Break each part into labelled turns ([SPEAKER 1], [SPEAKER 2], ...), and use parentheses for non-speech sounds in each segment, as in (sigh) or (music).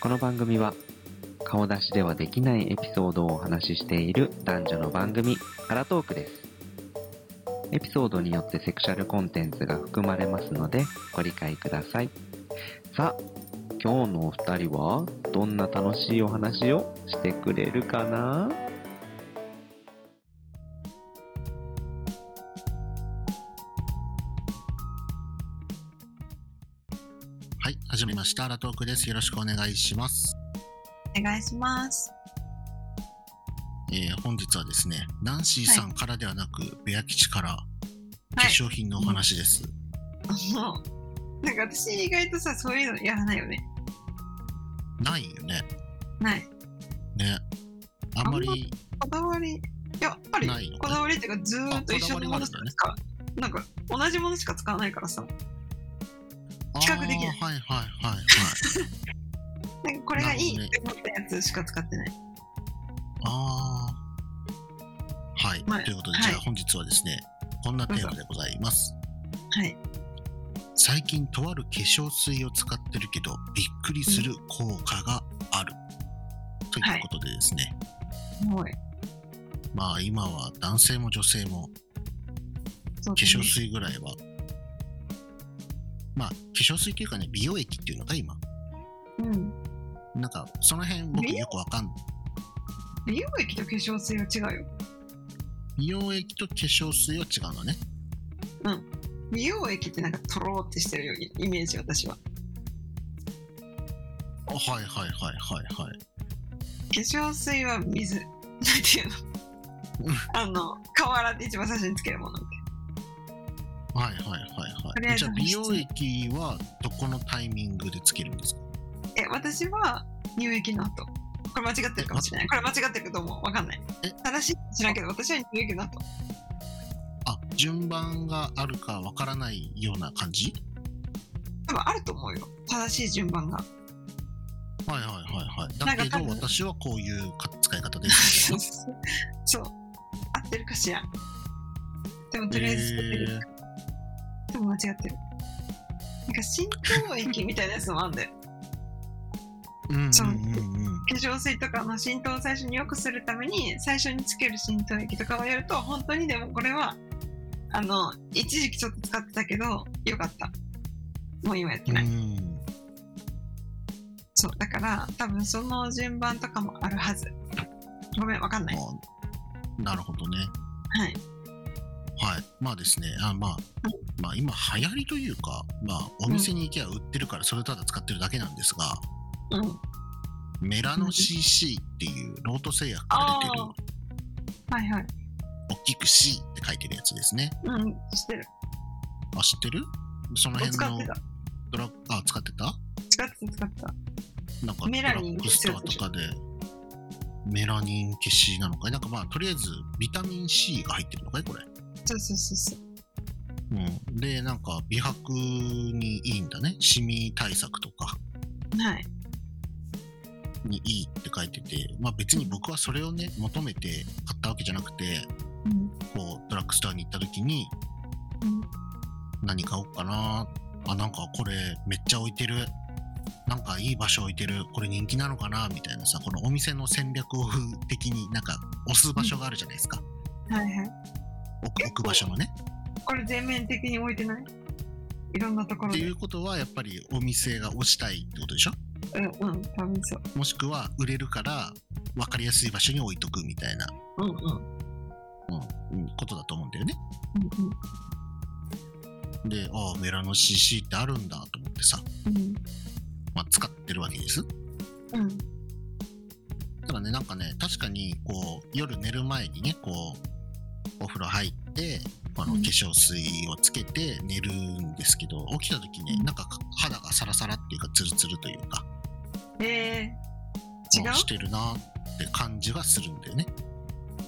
[SPEAKER 1] この番組は顔出しではできないエピソードをお話ししている男女の番組アラトークですエピソードによってセクシャルコンテンツが含まれますのでご理解くださいさあ今日のお二人はどんな楽しいお話をしてくれるかな
[SPEAKER 2] はい、始めました。アラトークです。よろしくお願いします。
[SPEAKER 3] お願いします。
[SPEAKER 2] えー本日はですね、ナンシーさんからではなく、ベア吉から化
[SPEAKER 3] はい。
[SPEAKER 2] 粧品のお話です。
[SPEAKER 3] もう (laughs) なんか私意外とさ、そういうのやらないよね。
[SPEAKER 2] ないよね。
[SPEAKER 3] ない。
[SPEAKER 2] ね。あんまり、
[SPEAKER 3] こだわり、いや、あるよ
[SPEAKER 2] ないよね
[SPEAKER 3] こだわりっていうか、ずーっと
[SPEAKER 2] あ
[SPEAKER 3] 一緒のものしか使う。なんか、同じものしか使わないからさ、
[SPEAKER 2] あー
[SPEAKER 3] 比較できない
[SPEAKER 2] はいはいはいはい。
[SPEAKER 3] なんかこれがいい
[SPEAKER 2] なる
[SPEAKER 3] って思ったやつしか使ってない。
[SPEAKER 2] ああ。はい。
[SPEAKER 3] まあ
[SPEAKER 2] ということで、
[SPEAKER 3] はい
[SPEAKER 2] じゃあ本日はですね、こんなテーマでございます。
[SPEAKER 3] はい。
[SPEAKER 2] 最近とある化粧水を使ってるけど、びっくりする効果がある。ということでですね、
[SPEAKER 3] もう、
[SPEAKER 2] まあ今は男性も女性も
[SPEAKER 3] そう
[SPEAKER 2] 化粧水ぐらいは、まあ化粧水というかね美容液っていうのが今
[SPEAKER 3] だね。うん。
[SPEAKER 2] なんかその辺僕
[SPEAKER 3] 美容
[SPEAKER 2] よくわかんない
[SPEAKER 3] 美容液と化粧水は違うよ。
[SPEAKER 2] 美容液と化粧水は違うのね
[SPEAKER 3] 美容液ってなんかとろーってしてるよイメージ、私は。
[SPEAKER 2] あはいはいはいはいはい
[SPEAKER 3] 化粧水は水。なんていう
[SPEAKER 2] うん
[SPEAKER 3] のあの、河原で一番最初につけるものみたいな。
[SPEAKER 2] はいはいはい
[SPEAKER 3] とり
[SPEAKER 2] は
[SPEAKER 3] あ
[SPEAKER 2] い
[SPEAKER 3] え
[SPEAKER 2] じ
[SPEAKER 3] ず
[SPEAKER 2] ゃあ
[SPEAKER 3] 保湿
[SPEAKER 2] 美容液はどこのタイミングでつけるんですか
[SPEAKER 3] え、私は乳液の後。これ間違ってるかもしれない。これ間違ってると思う。わかんない
[SPEAKER 2] え。
[SPEAKER 3] 正しいかもしれないけど、私は乳液の後。
[SPEAKER 2] あ順番があるかわからないような感じ
[SPEAKER 3] 多分あると思うよ。正しい順番が。 (laughs)
[SPEAKER 2] はいはいはいは
[SPEAKER 3] ない
[SPEAKER 2] だ
[SPEAKER 3] んか
[SPEAKER 2] け
[SPEAKER 3] 多
[SPEAKER 2] ど
[SPEAKER 3] 分
[SPEAKER 2] 私はこういうか使い方ですみたい
[SPEAKER 3] そう。合ってるかしら。で (laughs) もとりあえず、
[SPEAKER 2] なへー
[SPEAKER 3] でも間違ってる。なんか浸透液みたいなやつもあるんだ (laughs) よ。
[SPEAKER 2] うん
[SPEAKER 3] そう
[SPEAKER 2] うんうんうん
[SPEAKER 3] 化粧水とかの浸透を最初に良くするために最初につける浸透液とかをやると本当にでもこれはあの一時期ちょっと使ってたけど良かったもう今やってない、
[SPEAKER 2] うん
[SPEAKER 3] そうだから多分その順番とかもあるはずごめんわかんないは
[SPEAKER 2] まあなるほどね。
[SPEAKER 3] い
[SPEAKER 2] はい。まあですね、あまあ、まあ今流行りというか、まあお店に行けば売ってるからそれただ使ってるだけなんですが、
[SPEAKER 3] うん
[SPEAKER 2] メラノ CC っていうロート製薬から出てる
[SPEAKER 3] あ、はいはい
[SPEAKER 2] 大きく C って書いてるやつですね。
[SPEAKER 3] うん知ってる
[SPEAKER 2] あ、知ってるその
[SPEAKER 3] お
[SPEAKER 2] 辺
[SPEAKER 3] 使っ
[SPEAKER 2] の
[SPEAKER 3] てた
[SPEAKER 2] ドラッあ、使ってた
[SPEAKER 3] 使ってた使ってた
[SPEAKER 2] なんか
[SPEAKER 3] メ
[SPEAKER 2] ド
[SPEAKER 3] ラ
[SPEAKER 2] ラ
[SPEAKER 3] ニン
[SPEAKER 2] ッグストアとかで。メラニン消しなのかいなんかまあとりあえずビタミン C が入ってるのかいこれ、
[SPEAKER 3] そうそうそうそう
[SPEAKER 2] うん、でなんか美白にいいんだねシミ対策とか
[SPEAKER 3] はい
[SPEAKER 2] にいいって書いてて、まあ、別に僕はそれをね求めて買ったわけじゃなくて
[SPEAKER 3] うん
[SPEAKER 2] こうドラッグストアに行った時に
[SPEAKER 3] うん
[SPEAKER 2] 何買おうかなあなんかこれめっちゃ置いてるなんかいい場所置いてるこれ人気なのかなみたいなさこのお店の戦略的になんか押す場所があるじゃないですか、
[SPEAKER 3] はいはい
[SPEAKER 2] 置く置く場所のね。
[SPEAKER 3] これ全面的に置いてないいろんなと
[SPEAKER 2] っ
[SPEAKER 3] ころ
[SPEAKER 2] て
[SPEAKER 3] で
[SPEAKER 2] いうことはやっぱりお店が押したいってことでしょ
[SPEAKER 3] うんうん多分そう
[SPEAKER 2] もしくは売れるから分かりやすい場所に置いとくみたいな、
[SPEAKER 3] うんうんうん
[SPEAKER 2] うんうんことだと思うんだよね。
[SPEAKER 3] うん
[SPEAKER 2] で、ああ、メラノ CC ってあるんだと思ってさ、
[SPEAKER 3] うん
[SPEAKER 2] まあ、使ってるわけです。
[SPEAKER 3] うん
[SPEAKER 2] ただね、なんかね、確かに、こう、夜寝る前にね、こう、お風呂入って、あの
[SPEAKER 3] う
[SPEAKER 2] 化
[SPEAKER 3] ん
[SPEAKER 2] 粧水をつけて寝るんですけど、起きた時ね、なんか肌がサラサラっていうか、ツルツルというか、
[SPEAKER 3] えー、違
[SPEAKER 2] まあしてるなって感じがするんだよね。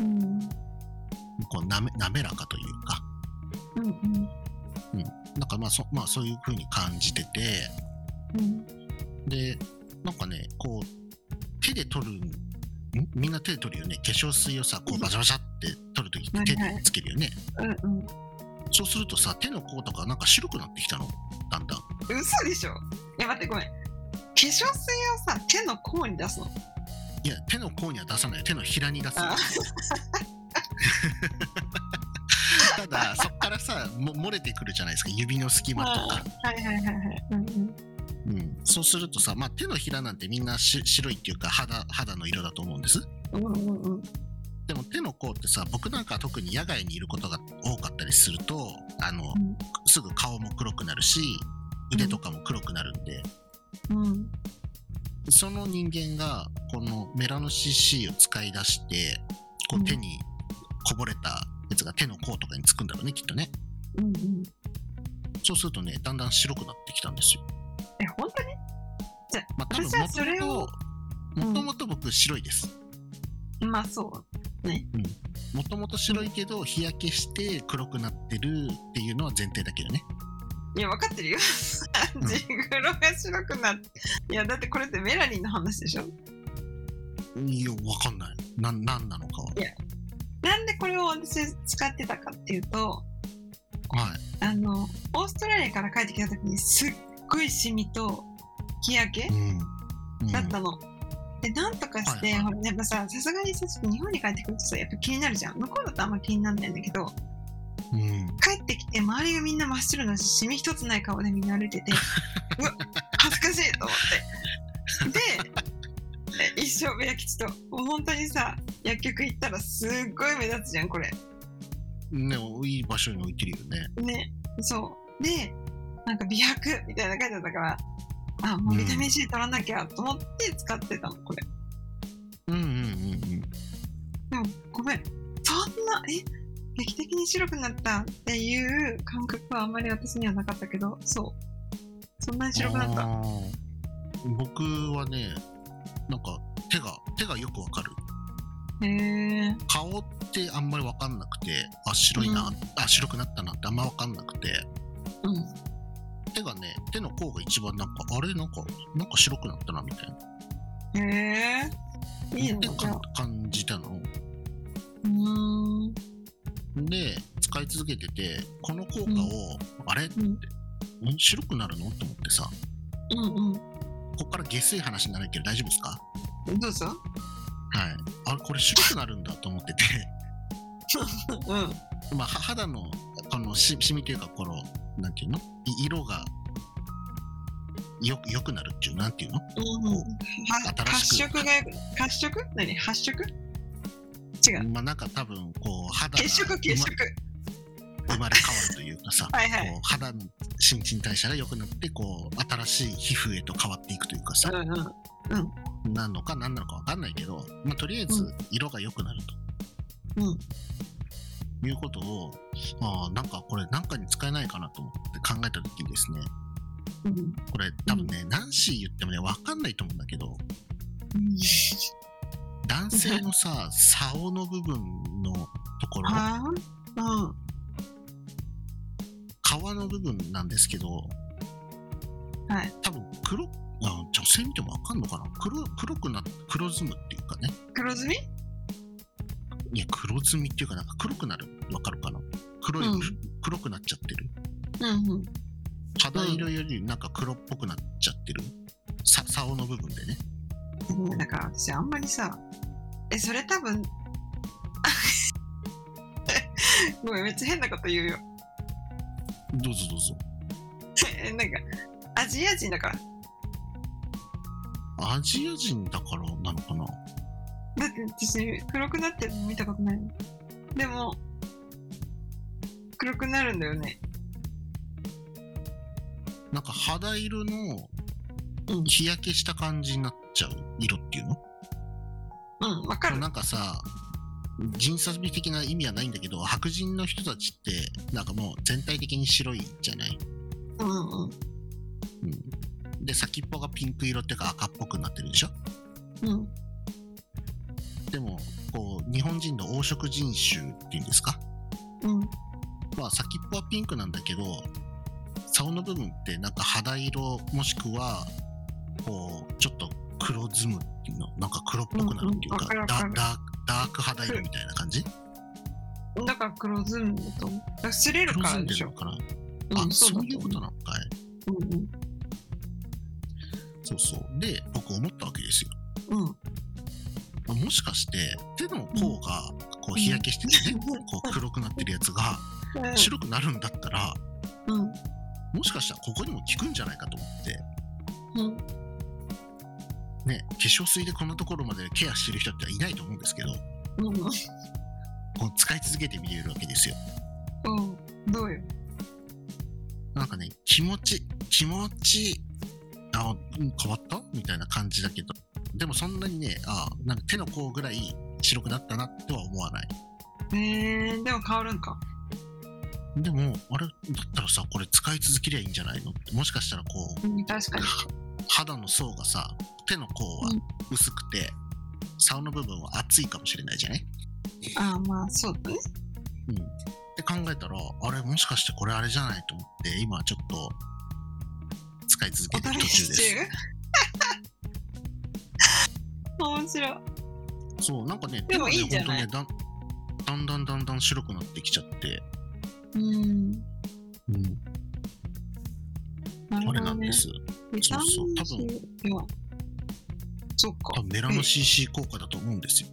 [SPEAKER 3] う、うん、
[SPEAKER 2] こうなめ、滑らかというか、
[SPEAKER 3] うんうん
[SPEAKER 2] なんかまあそ、まあ、そういう風に感じてて、
[SPEAKER 3] うん
[SPEAKER 2] でなんかねこう手で取るんみんな手で取るよね化粧水をさこうバシャバシャって取るときって手でつけるよね、
[SPEAKER 3] うん
[SPEAKER 2] そうするとさ手の甲とかなんか白くなってきたのだんだん
[SPEAKER 3] うん嘘でしょいや待ってごめん化粧水をさ手の甲に出すの
[SPEAKER 2] いや手の甲には出さない手のひらに出す
[SPEAKER 3] あ
[SPEAKER 2] (laughs) ただそっからさも漏れてくるじゃないですか指の隙間とか、
[SPEAKER 3] はいはいはいはい、うんうん、
[SPEAKER 2] うん、そうするとさ、まあ、手のひらなんてみんなし白いっていうか肌肌の色だと思うんです
[SPEAKER 3] うんうんうん
[SPEAKER 2] でも手の甲ってさ僕なんかは特に野外にいることが多かったりするとあの、
[SPEAKER 3] うん
[SPEAKER 2] すぐ顔も黒くなるし腕とかも黒くなるんで、
[SPEAKER 3] うん
[SPEAKER 2] その人間がこのメラノ CC を使い出してこう手にこぼれたやつが手の甲とかにつくんだろうねきっとね
[SPEAKER 3] うんうん
[SPEAKER 2] そうするとねだんだん白くなってきたんですよ、
[SPEAKER 3] え本当に
[SPEAKER 2] まあ、多分
[SPEAKER 3] 私はそれを
[SPEAKER 2] もともともと僕白いです
[SPEAKER 3] まあそう
[SPEAKER 2] もともと白いけど日焼けして黒くなってるっていうのは前提だけどね
[SPEAKER 3] いや分かってるよ (laughs) ジグロが白くなっていやだってこれってメラニンの話でしょ
[SPEAKER 2] いやわかんないな何なのかはい
[SPEAKER 3] なんでこれを私使ってたかっていうと
[SPEAKER 2] はい
[SPEAKER 3] あのオーストラリアから帰ってきた時にすっごいシミと日焼け
[SPEAKER 2] うんうん
[SPEAKER 3] だったの、でなんとかして、
[SPEAKER 2] はいはい
[SPEAKER 3] ほらやっぱささすがにさちょっと日本に帰ってくるとさやっぱ気になるじゃん向こうだとあんま気にならないんだけど
[SPEAKER 2] うん
[SPEAKER 3] 帰ってきて周りがみんな真っ白だしシミ一つない顔でみんな歩いててうわ恥ずかしいと思ってでで一生部屋吉ともう本当にさ薬局行ったらすっごい目立つじゃんこれ
[SPEAKER 2] ねいい場所に置いてるよね
[SPEAKER 3] ねそうでなんか美白みたいなの書いてあったからあもうビタミン C 取らなきゃと思って使ってたのこれ
[SPEAKER 2] うんうんうんうん
[SPEAKER 3] でもごめんそんなえ劇的に白くなったっていう感覚はあんまり私にはなかったけどそうそんなに白くなった
[SPEAKER 2] あー僕はねなんか手が手がよくわかる
[SPEAKER 3] へえ。
[SPEAKER 2] 顔ってあんまりわかんなくてあ白いな、
[SPEAKER 3] う
[SPEAKER 2] あ白くなったなってあんまわかんなくて
[SPEAKER 3] うん。
[SPEAKER 2] 手がね手の甲が一番なんかあれなんかなんか白くなったなみたいな
[SPEAKER 3] へえ。いいの
[SPEAKER 2] って
[SPEAKER 3] じゃあ
[SPEAKER 2] 感。感じたの
[SPEAKER 3] うーん。
[SPEAKER 2] で使い続けててこの効果を、あれ
[SPEAKER 3] うん。
[SPEAKER 2] ん白くなるのと思ってさ
[SPEAKER 3] うん
[SPEAKER 2] こっから下水話になるけど大丈夫ですか
[SPEAKER 3] うん。どうぞ。
[SPEAKER 2] はいあれこれ白くなるんだと思って (laughs) て
[SPEAKER 3] うん。
[SPEAKER 2] まあ、は肌のこのしシミというかこのなんていうのい色がよくよくなるっていうなんていうの
[SPEAKER 3] うん
[SPEAKER 2] こ
[SPEAKER 3] は
[SPEAKER 2] 新
[SPEAKER 3] 発
[SPEAKER 2] しく
[SPEAKER 3] 色がよく発色何発色違う。
[SPEAKER 2] まあなんか多分こう肌が
[SPEAKER 3] 血色血色。
[SPEAKER 2] 生ま生まれ変わるというかさ
[SPEAKER 3] (laughs) はいはい。
[SPEAKER 2] こう肌の新陳代謝が良くなってこう新しい皮膚へと変わっていくというかさ
[SPEAKER 3] うんうん。
[SPEAKER 2] なのか何なのか分かんないけど、まあ、とりあえず
[SPEAKER 3] う
[SPEAKER 2] 色が良くなると。
[SPEAKER 3] うん
[SPEAKER 2] いうことをあーなんかこれなんかに使えないかなと思って考えた時にですね
[SPEAKER 3] うん。
[SPEAKER 2] これ多分ね、ナンシー言ってもね分かんないと思うんだけど男性のさ竿の部分のところ
[SPEAKER 3] ああ。うん。
[SPEAKER 2] 皮の部分なんですけど、
[SPEAKER 3] はい
[SPEAKER 2] 多分黒あ女性見ても分かんのかな黒黒くな黒ずむっていうかね
[SPEAKER 3] 黒ずみ？
[SPEAKER 2] いや黒ずみっていうかなんか黒くなる分かるかな黒い、
[SPEAKER 3] うん
[SPEAKER 2] 黒くなっちゃってる
[SPEAKER 3] うんうん。
[SPEAKER 2] 肌色よりなんか黒っぽくなっちゃってる、さ竿の部分でね
[SPEAKER 3] ごめんだから私あんまりさえそれ多分 (laughs) ごめんめっちゃ変なこと言うよ
[SPEAKER 2] どうぞどうぞ
[SPEAKER 3] えなんかアジア人だから
[SPEAKER 2] アジア人だからなのかな
[SPEAKER 3] だって私黒くなってるの見たことないもんでも黒くなるんだよね
[SPEAKER 2] なんか肌色の
[SPEAKER 3] うん
[SPEAKER 2] 日焼けした感じになっちゃう色っていうの、
[SPEAKER 3] うんわかる
[SPEAKER 2] なんかさ人差美的な意味はないんだけど白人の人たちってなんかもう全体的に白いじゃない、
[SPEAKER 3] うんうん
[SPEAKER 2] で先っぽがピンク色っていうか赤っぽくなってるでしょ
[SPEAKER 3] うん
[SPEAKER 2] でもこう日本人の黄色人種っていうんですか
[SPEAKER 3] うん
[SPEAKER 2] まあ先っぽはピンクなんだけど竿の部分ってなんか肌色もしくはこうちょっと黒ずむっていうのなんか黒っぽくなるっていうか,、
[SPEAKER 3] うんうんわ
[SPEAKER 2] ダ
[SPEAKER 3] かるわか
[SPEAKER 2] ダー
[SPEAKER 3] る
[SPEAKER 2] クダーク肌色みたいな感じ
[SPEAKER 3] だから黒ずんだと思うだから擦れる
[SPEAKER 2] 黒
[SPEAKER 3] か
[SPEAKER 2] ず
[SPEAKER 3] ら
[SPEAKER 2] ん
[SPEAKER 3] で
[SPEAKER 2] で
[SPEAKER 3] し
[SPEAKER 2] る
[SPEAKER 3] ょ
[SPEAKER 2] のかな、
[SPEAKER 3] う
[SPEAKER 2] あ
[SPEAKER 3] ん
[SPEAKER 2] そう
[SPEAKER 3] だ
[SPEAKER 2] いうこ
[SPEAKER 3] 思
[SPEAKER 2] となのかい
[SPEAKER 3] うんうん
[SPEAKER 2] そうそうで僕思ったわけですよ
[SPEAKER 3] うん。
[SPEAKER 2] まあもしかして手の甲がこう日焼けしててね、こう黒くなってるやつが白くなるんだったら
[SPEAKER 3] うん。
[SPEAKER 2] もしかしたらここにも効くんじゃないかと思って
[SPEAKER 3] うん。
[SPEAKER 2] ね化粧水でこんなところまでケアしてる人っていないと思うんですけど
[SPEAKER 3] うん。
[SPEAKER 2] こう使い続けてみれるわけですよ
[SPEAKER 3] うん。どうよ。
[SPEAKER 2] なんかね気持ち気持ちあうん変わったみたいな感じだけどでもそんなにねあなんか手の甲ぐらい白くなったなとは思わない
[SPEAKER 3] えー、でも変わるんか。
[SPEAKER 2] でもあれだったらさこれ使い続けりゃいいんじゃないのってもしかしたらこう
[SPEAKER 3] うん、確かに。
[SPEAKER 2] 肌の層がさ手の甲は薄くて、竿の部分は厚いかもしれないじゃない、
[SPEAKER 3] ああ、まあ、そうだね。
[SPEAKER 2] うん、って考えたらあれもしかしてこれあれじゃないと思って今ちょっと使い続け
[SPEAKER 3] お
[SPEAKER 2] てる
[SPEAKER 3] 試
[SPEAKER 2] 途中
[SPEAKER 3] し
[SPEAKER 2] で
[SPEAKER 3] 中
[SPEAKER 2] す。
[SPEAKER 3] 面白い。
[SPEAKER 2] そうなんかね
[SPEAKER 3] でもいいんじゃ
[SPEAKER 2] 手が
[SPEAKER 3] な
[SPEAKER 2] ね
[SPEAKER 3] い
[SPEAKER 2] 本当ねだんだんだんだんだん白くなってきちゃって、
[SPEAKER 3] うん。なる
[SPEAKER 2] あ
[SPEAKER 3] ほ
[SPEAKER 2] れな
[SPEAKER 3] ど
[SPEAKER 2] ん
[SPEAKER 3] ね
[SPEAKER 2] で。す
[SPEAKER 3] で
[SPEAKER 2] そうそう多分
[SPEAKER 3] 34そっ
[SPEAKER 2] 多
[SPEAKER 3] か。
[SPEAKER 2] 分メラノ CC 効果だと思うんですよ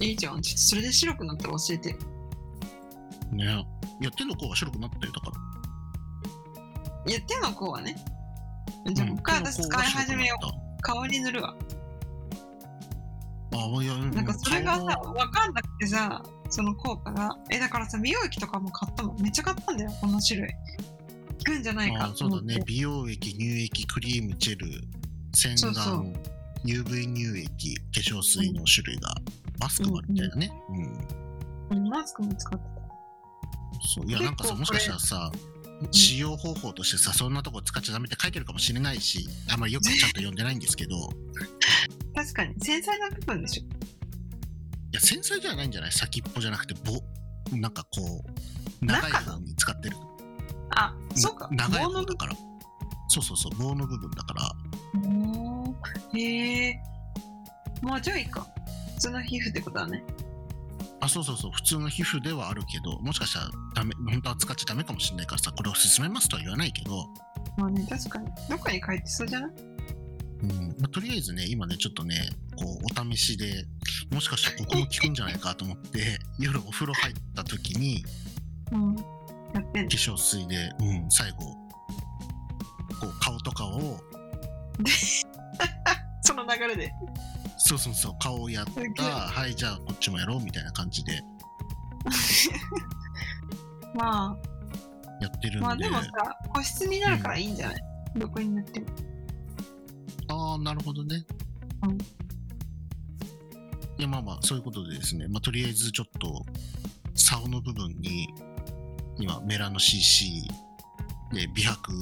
[SPEAKER 3] いいじゃん。ちょっとそれで白くなったら教えて。
[SPEAKER 2] ねいや手の甲は白くなったよだから
[SPEAKER 3] いや、手の甲はね。じゃあ、もう一回私使い始めよ
[SPEAKER 2] う
[SPEAKER 3] う。顔に塗るわ。
[SPEAKER 2] ん手の甲は白くなったあいやうん
[SPEAKER 3] なんかそれがさ、
[SPEAKER 2] 顔は
[SPEAKER 3] わかんなくてさ、その効果が。え、だからさ、美容液とかも買ったもん。めっちゃ買ったんだよ、この種類。効くんじゃない
[SPEAKER 2] あ
[SPEAKER 3] か
[SPEAKER 2] あ
[SPEAKER 3] と
[SPEAKER 2] そう
[SPEAKER 3] 思
[SPEAKER 2] だ
[SPEAKER 3] って。
[SPEAKER 2] ね美容液乳液クリームジェル洗
[SPEAKER 3] そう
[SPEAKER 2] 顔
[SPEAKER 3] そう
[SPEAKER 2] UV 乳液化粧水の種類が、マスクもあるみたいなね、うん
[SPEAKER 3] うんマスクも使ってた。
[SPEAKER 2] そういやな
[SPEAKER 3] 結構
[SPEAKER 2] んかさもしかしたらさ使用方法としてさそんなとこ使っちゃダメって書いてるかもしれないしあんまりよくちゃんと読んでないんですけどい
[SPEAKER 3] 確かに、繊細な部分でしょ。
[SPEAKER 2] や繊細じゃないんじゃない先っぽじゃなくてぼなんかこう長い方に使ってる
[SPEAKER 3] あ、そうか。
[SPEAKER 2] な長い
[SPEAKER 3] 棒
[SPEAKER 2] 方
[SPEAKER 3] の
[SPEAKER 2] だ
[SPEAKER 3] 部
[SPEAKER 2] からそうそうそう棒の部分だから
[SPEAKER 3] 分。へえ。もうちょいか。普通の皮膚ってことだね。
[SPEAKER 2] あそうそうそう普通の皮膚ではあるけどもしかしたらダメ本当は使っちゃダメかもしれないからさこれを勧めますとは言わないけど、
[SPEAKER 3] まあね、確かに。どっかに書いてそうじゃない
[SPEAKER 2] うんまあとりあえずね今ねちょっとねこうお試しでもしかしたらここ (laughs) も効くんじゃないかと思って夜お風呂入った時に
[SPEAKER 3] うん。やってん
[SPEAKER 2] 化
[SPEAKER 3] の。
[SPEAKER 2] 粧水で、うん、最後こう顔とかを
[SPEAKER 3] その流れで。
[SPEAKER 2] そうそうそう顔をやった
[SPEAKER 3] すげえ
[SPEAKER 2] はいじゃあこっちもやろうみたいな感じで
[SPEAKER 3] ま
[SPEAKER 2] やってる
[SPEAKER 3] あ、
[SPEAKER 2] んで、
[SPEAKER 3] まあでもさ、保湿になるからいいんじゃない、どこに塗っても。
[SPEAKER 2] ああ、なるほどね。
[SPEAKER 3] うん
[SPEAKER 2] いや、まあまあ、そういうことでですね、まあ、とりあえずちょっと、竿の部分に、今、メラノ CC で、美
[SPEAKER 3] (laughs)
[SPEAKER 2] 白
[SPEAKER 3] ん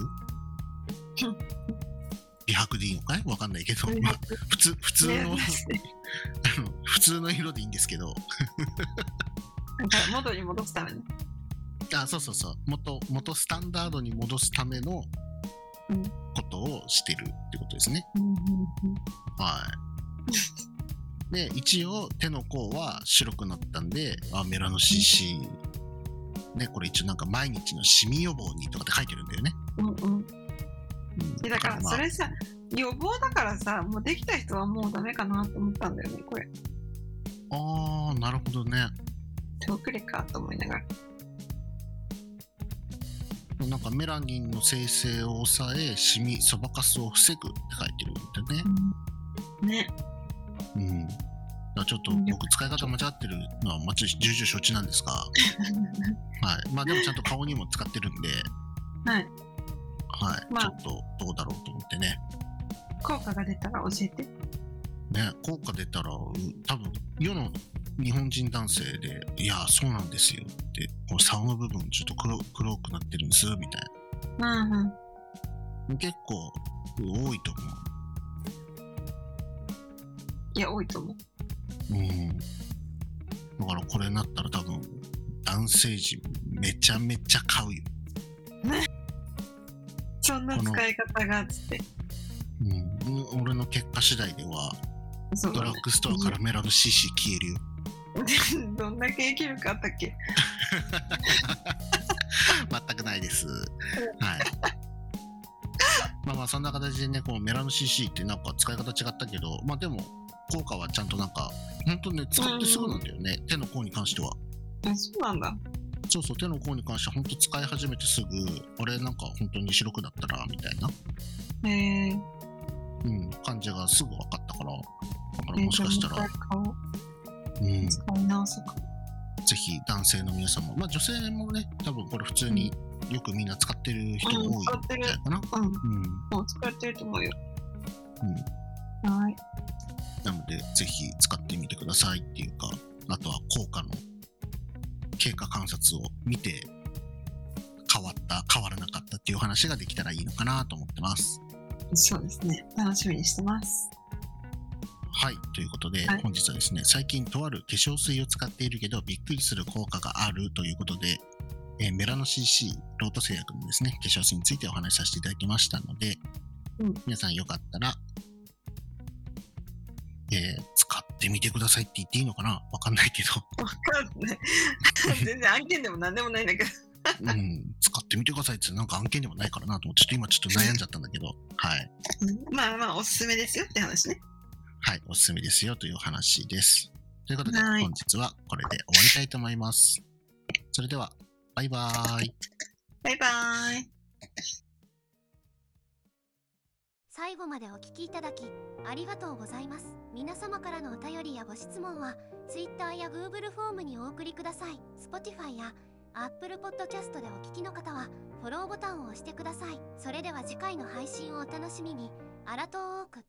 [SPEAKER 2] 美白でいいのかいわかんないけど、まあ、
[SPEAKER 3] 普
[SPEAKER 2] 普通、普通 (laughs)
[SPEAKER 3] (laughs)
[SPEAKER 2] の、あの普通の色でいいんですけど、
[SPEAKER 3] 元に戻すために。
[SPEAKER 2] あそうそうそう、元、元スタンダードに戻すための
[SPEAKER 3] うん
[SPEAKER 2] ことをしてるってことですね。
[SPEAKER 3] うんうんうん
[SPEAKER 2] はい。で、一応手の甲は白くなったんで、あメラノ CC、ね、これ一応なんか毎日のシミ予防にとかって書いてるんだよね。
[SPEAKER 3] うんうん
[SPEAKER 2] うん
[SPEAKER 3] えだから
[SPEAKER 2] まあ
[SPEAKER 3] それさ、予防だからさもうできた人はもうダメかなと思ったんだよねこれ
[SPEAKER 2] あー、なるほどね。
[SPEAKER 3] 手遅れかと思いながら
[SPEAKER 2] なんかメラニンの生成を抑え、シミ、そばかすを防ぐって書いてるんだよね。
[SPEAKER 3] ね (laughs)
[SPEAKER 2] うん。だからちょっと僕使い方間違ってるのはまあ重々承知なんですが、はい。まあでもちゃんと顔にも使ってるんで、
[SPEAKER 3] はい
[SPEAKER 2] はい。
[SPEAKER 3] ま
[SPEAKER 2] ち
[SPEAKER 3] あ
[SPEAKER 2] ょっとどうだろうと思ってね。
[SPEAKER 3] 効果が出たら教えて
[SPEAKER 2] ね、効果出たら、うん多分世の日本人男性で、いや、そうなんですよって、この竿の部分、ちょっと黒黒くなってるんですみたい
[SPEAKER 3] うんうん
[SPEAKER 2] な、結構多いと思
[SPEAKER 3] いや多いと思う
[SPEAKER 2] う。うん、だから、これになったら、多分男性陣、めちゃめちゃ買うよ。
[SPEAKER 3] そんな使い方がつって
[SPEAKER 2] うん、うん俺の結果次第では、
[SPEAKER 3] そう
[SPEAKER 2] ド
[SPEAKER 3] だ
[SPEAKER 2] ラ
[SPEAKER 3] ね
[SPEAKER 2] ッグストアからメラの CC 消えるよ。
[SPEAKER 3] (laughs) どんだけ生きるかあったっけ
[SPEAKER 2] 全くないです。はい。 (laughs) まあまあそんな形でねこうメラノ CC ってなんか使い方違ったけどまあでも効果はちゃんとなんか本当ね使ってすぐなんだよね、手の甲に関しては
[SPEAKER 3] あそうなんだ。
[SPEAKER 2] そうそう手の甲に関しては本当使い始めてすぐあれなんか本当に白くなったなみたいな、
[SPEAKER 3] えー、
[SPEAKER 2] うん、感じがすぐ分かったからだから
[SPEAKER 3] え
[SPEAKER 2] もしかした
[SPEAKER 3] じゃあもう
[SPEAKER 2] ら、
[SPEAKER 3] 一回顔を
[SPEAKER 2] うん、ぜ
[SPEAKER 3] 使い直そうか。
[SPEAKER 2] ひ男性の皆さんもまあ女性もね多分これ普通によくみんな使ってる人が多い
[SPEAKER 3] うん
[SPEAKER 2] み
[SPEAKER 3] 使って
[SPEAKER 2] た
[SPEAKER 3] る
[SPEAKER 2] いかな、
[SPEAKER 3] うん、
[SPEAKER 2] うん
[SPEAKER 3] もう使ってると思うよ。
[SPEAKER 2] うん、
[SPEAKER 3] はい。
[SPEAKER 2] なので、ぜひ使ってみてくださいっていうか、あとは効果の経過観察を見て、変わった、変わらなかったっていう話ができたらいいのかなと思ってます。
[SPEAKER 3] そうですね。楽しみにしてます。
[SPEAKER 2] はい、ということで、
[SPEAKER 3] はい
[SPEAKER 2] 本日はですね、最近とある化粧水を使っているけど、びっくりする効果があるということで、えーメラノ CC、ロート製薬のですね、化粧水についてお話しさせていただきましたので、
[SPEAKER 3] うん
[SPEAKER 2] 皆さんよかったら、えー使ってみてくださいって言っていいのかなわかんないけど。
[SPEAKER 3] わかんない。 (laughs) 全然案件でも何でもないんだけど。
[SPEAKER 2] うん、使ってみてくださいってなんか案件でもないからなと思ってちょっと今ちょっと悩んじゃったんだけどはい、
[SPEAKER 3] うんまあまあ、おすすめですよって話ね。
[SPEAKER 2] はい、おすすめですよという話ですということで
[SPEAKER 3] はい
[SPEAKER 2] 本日はこれで終わりたいと思いますそれではバイバーイ
[SPEAKER 3] バイバーイ。
[SPEAKER 4] 最後までお聞きいただきありがとうございます皆様からのお便りやご質問は Twitter や Google フォームにお送りください Spotify や Apple Podcast でお聞きの方はフォローボタンを押してくださいそれでは次回の配信をお楽しみにアラトーーク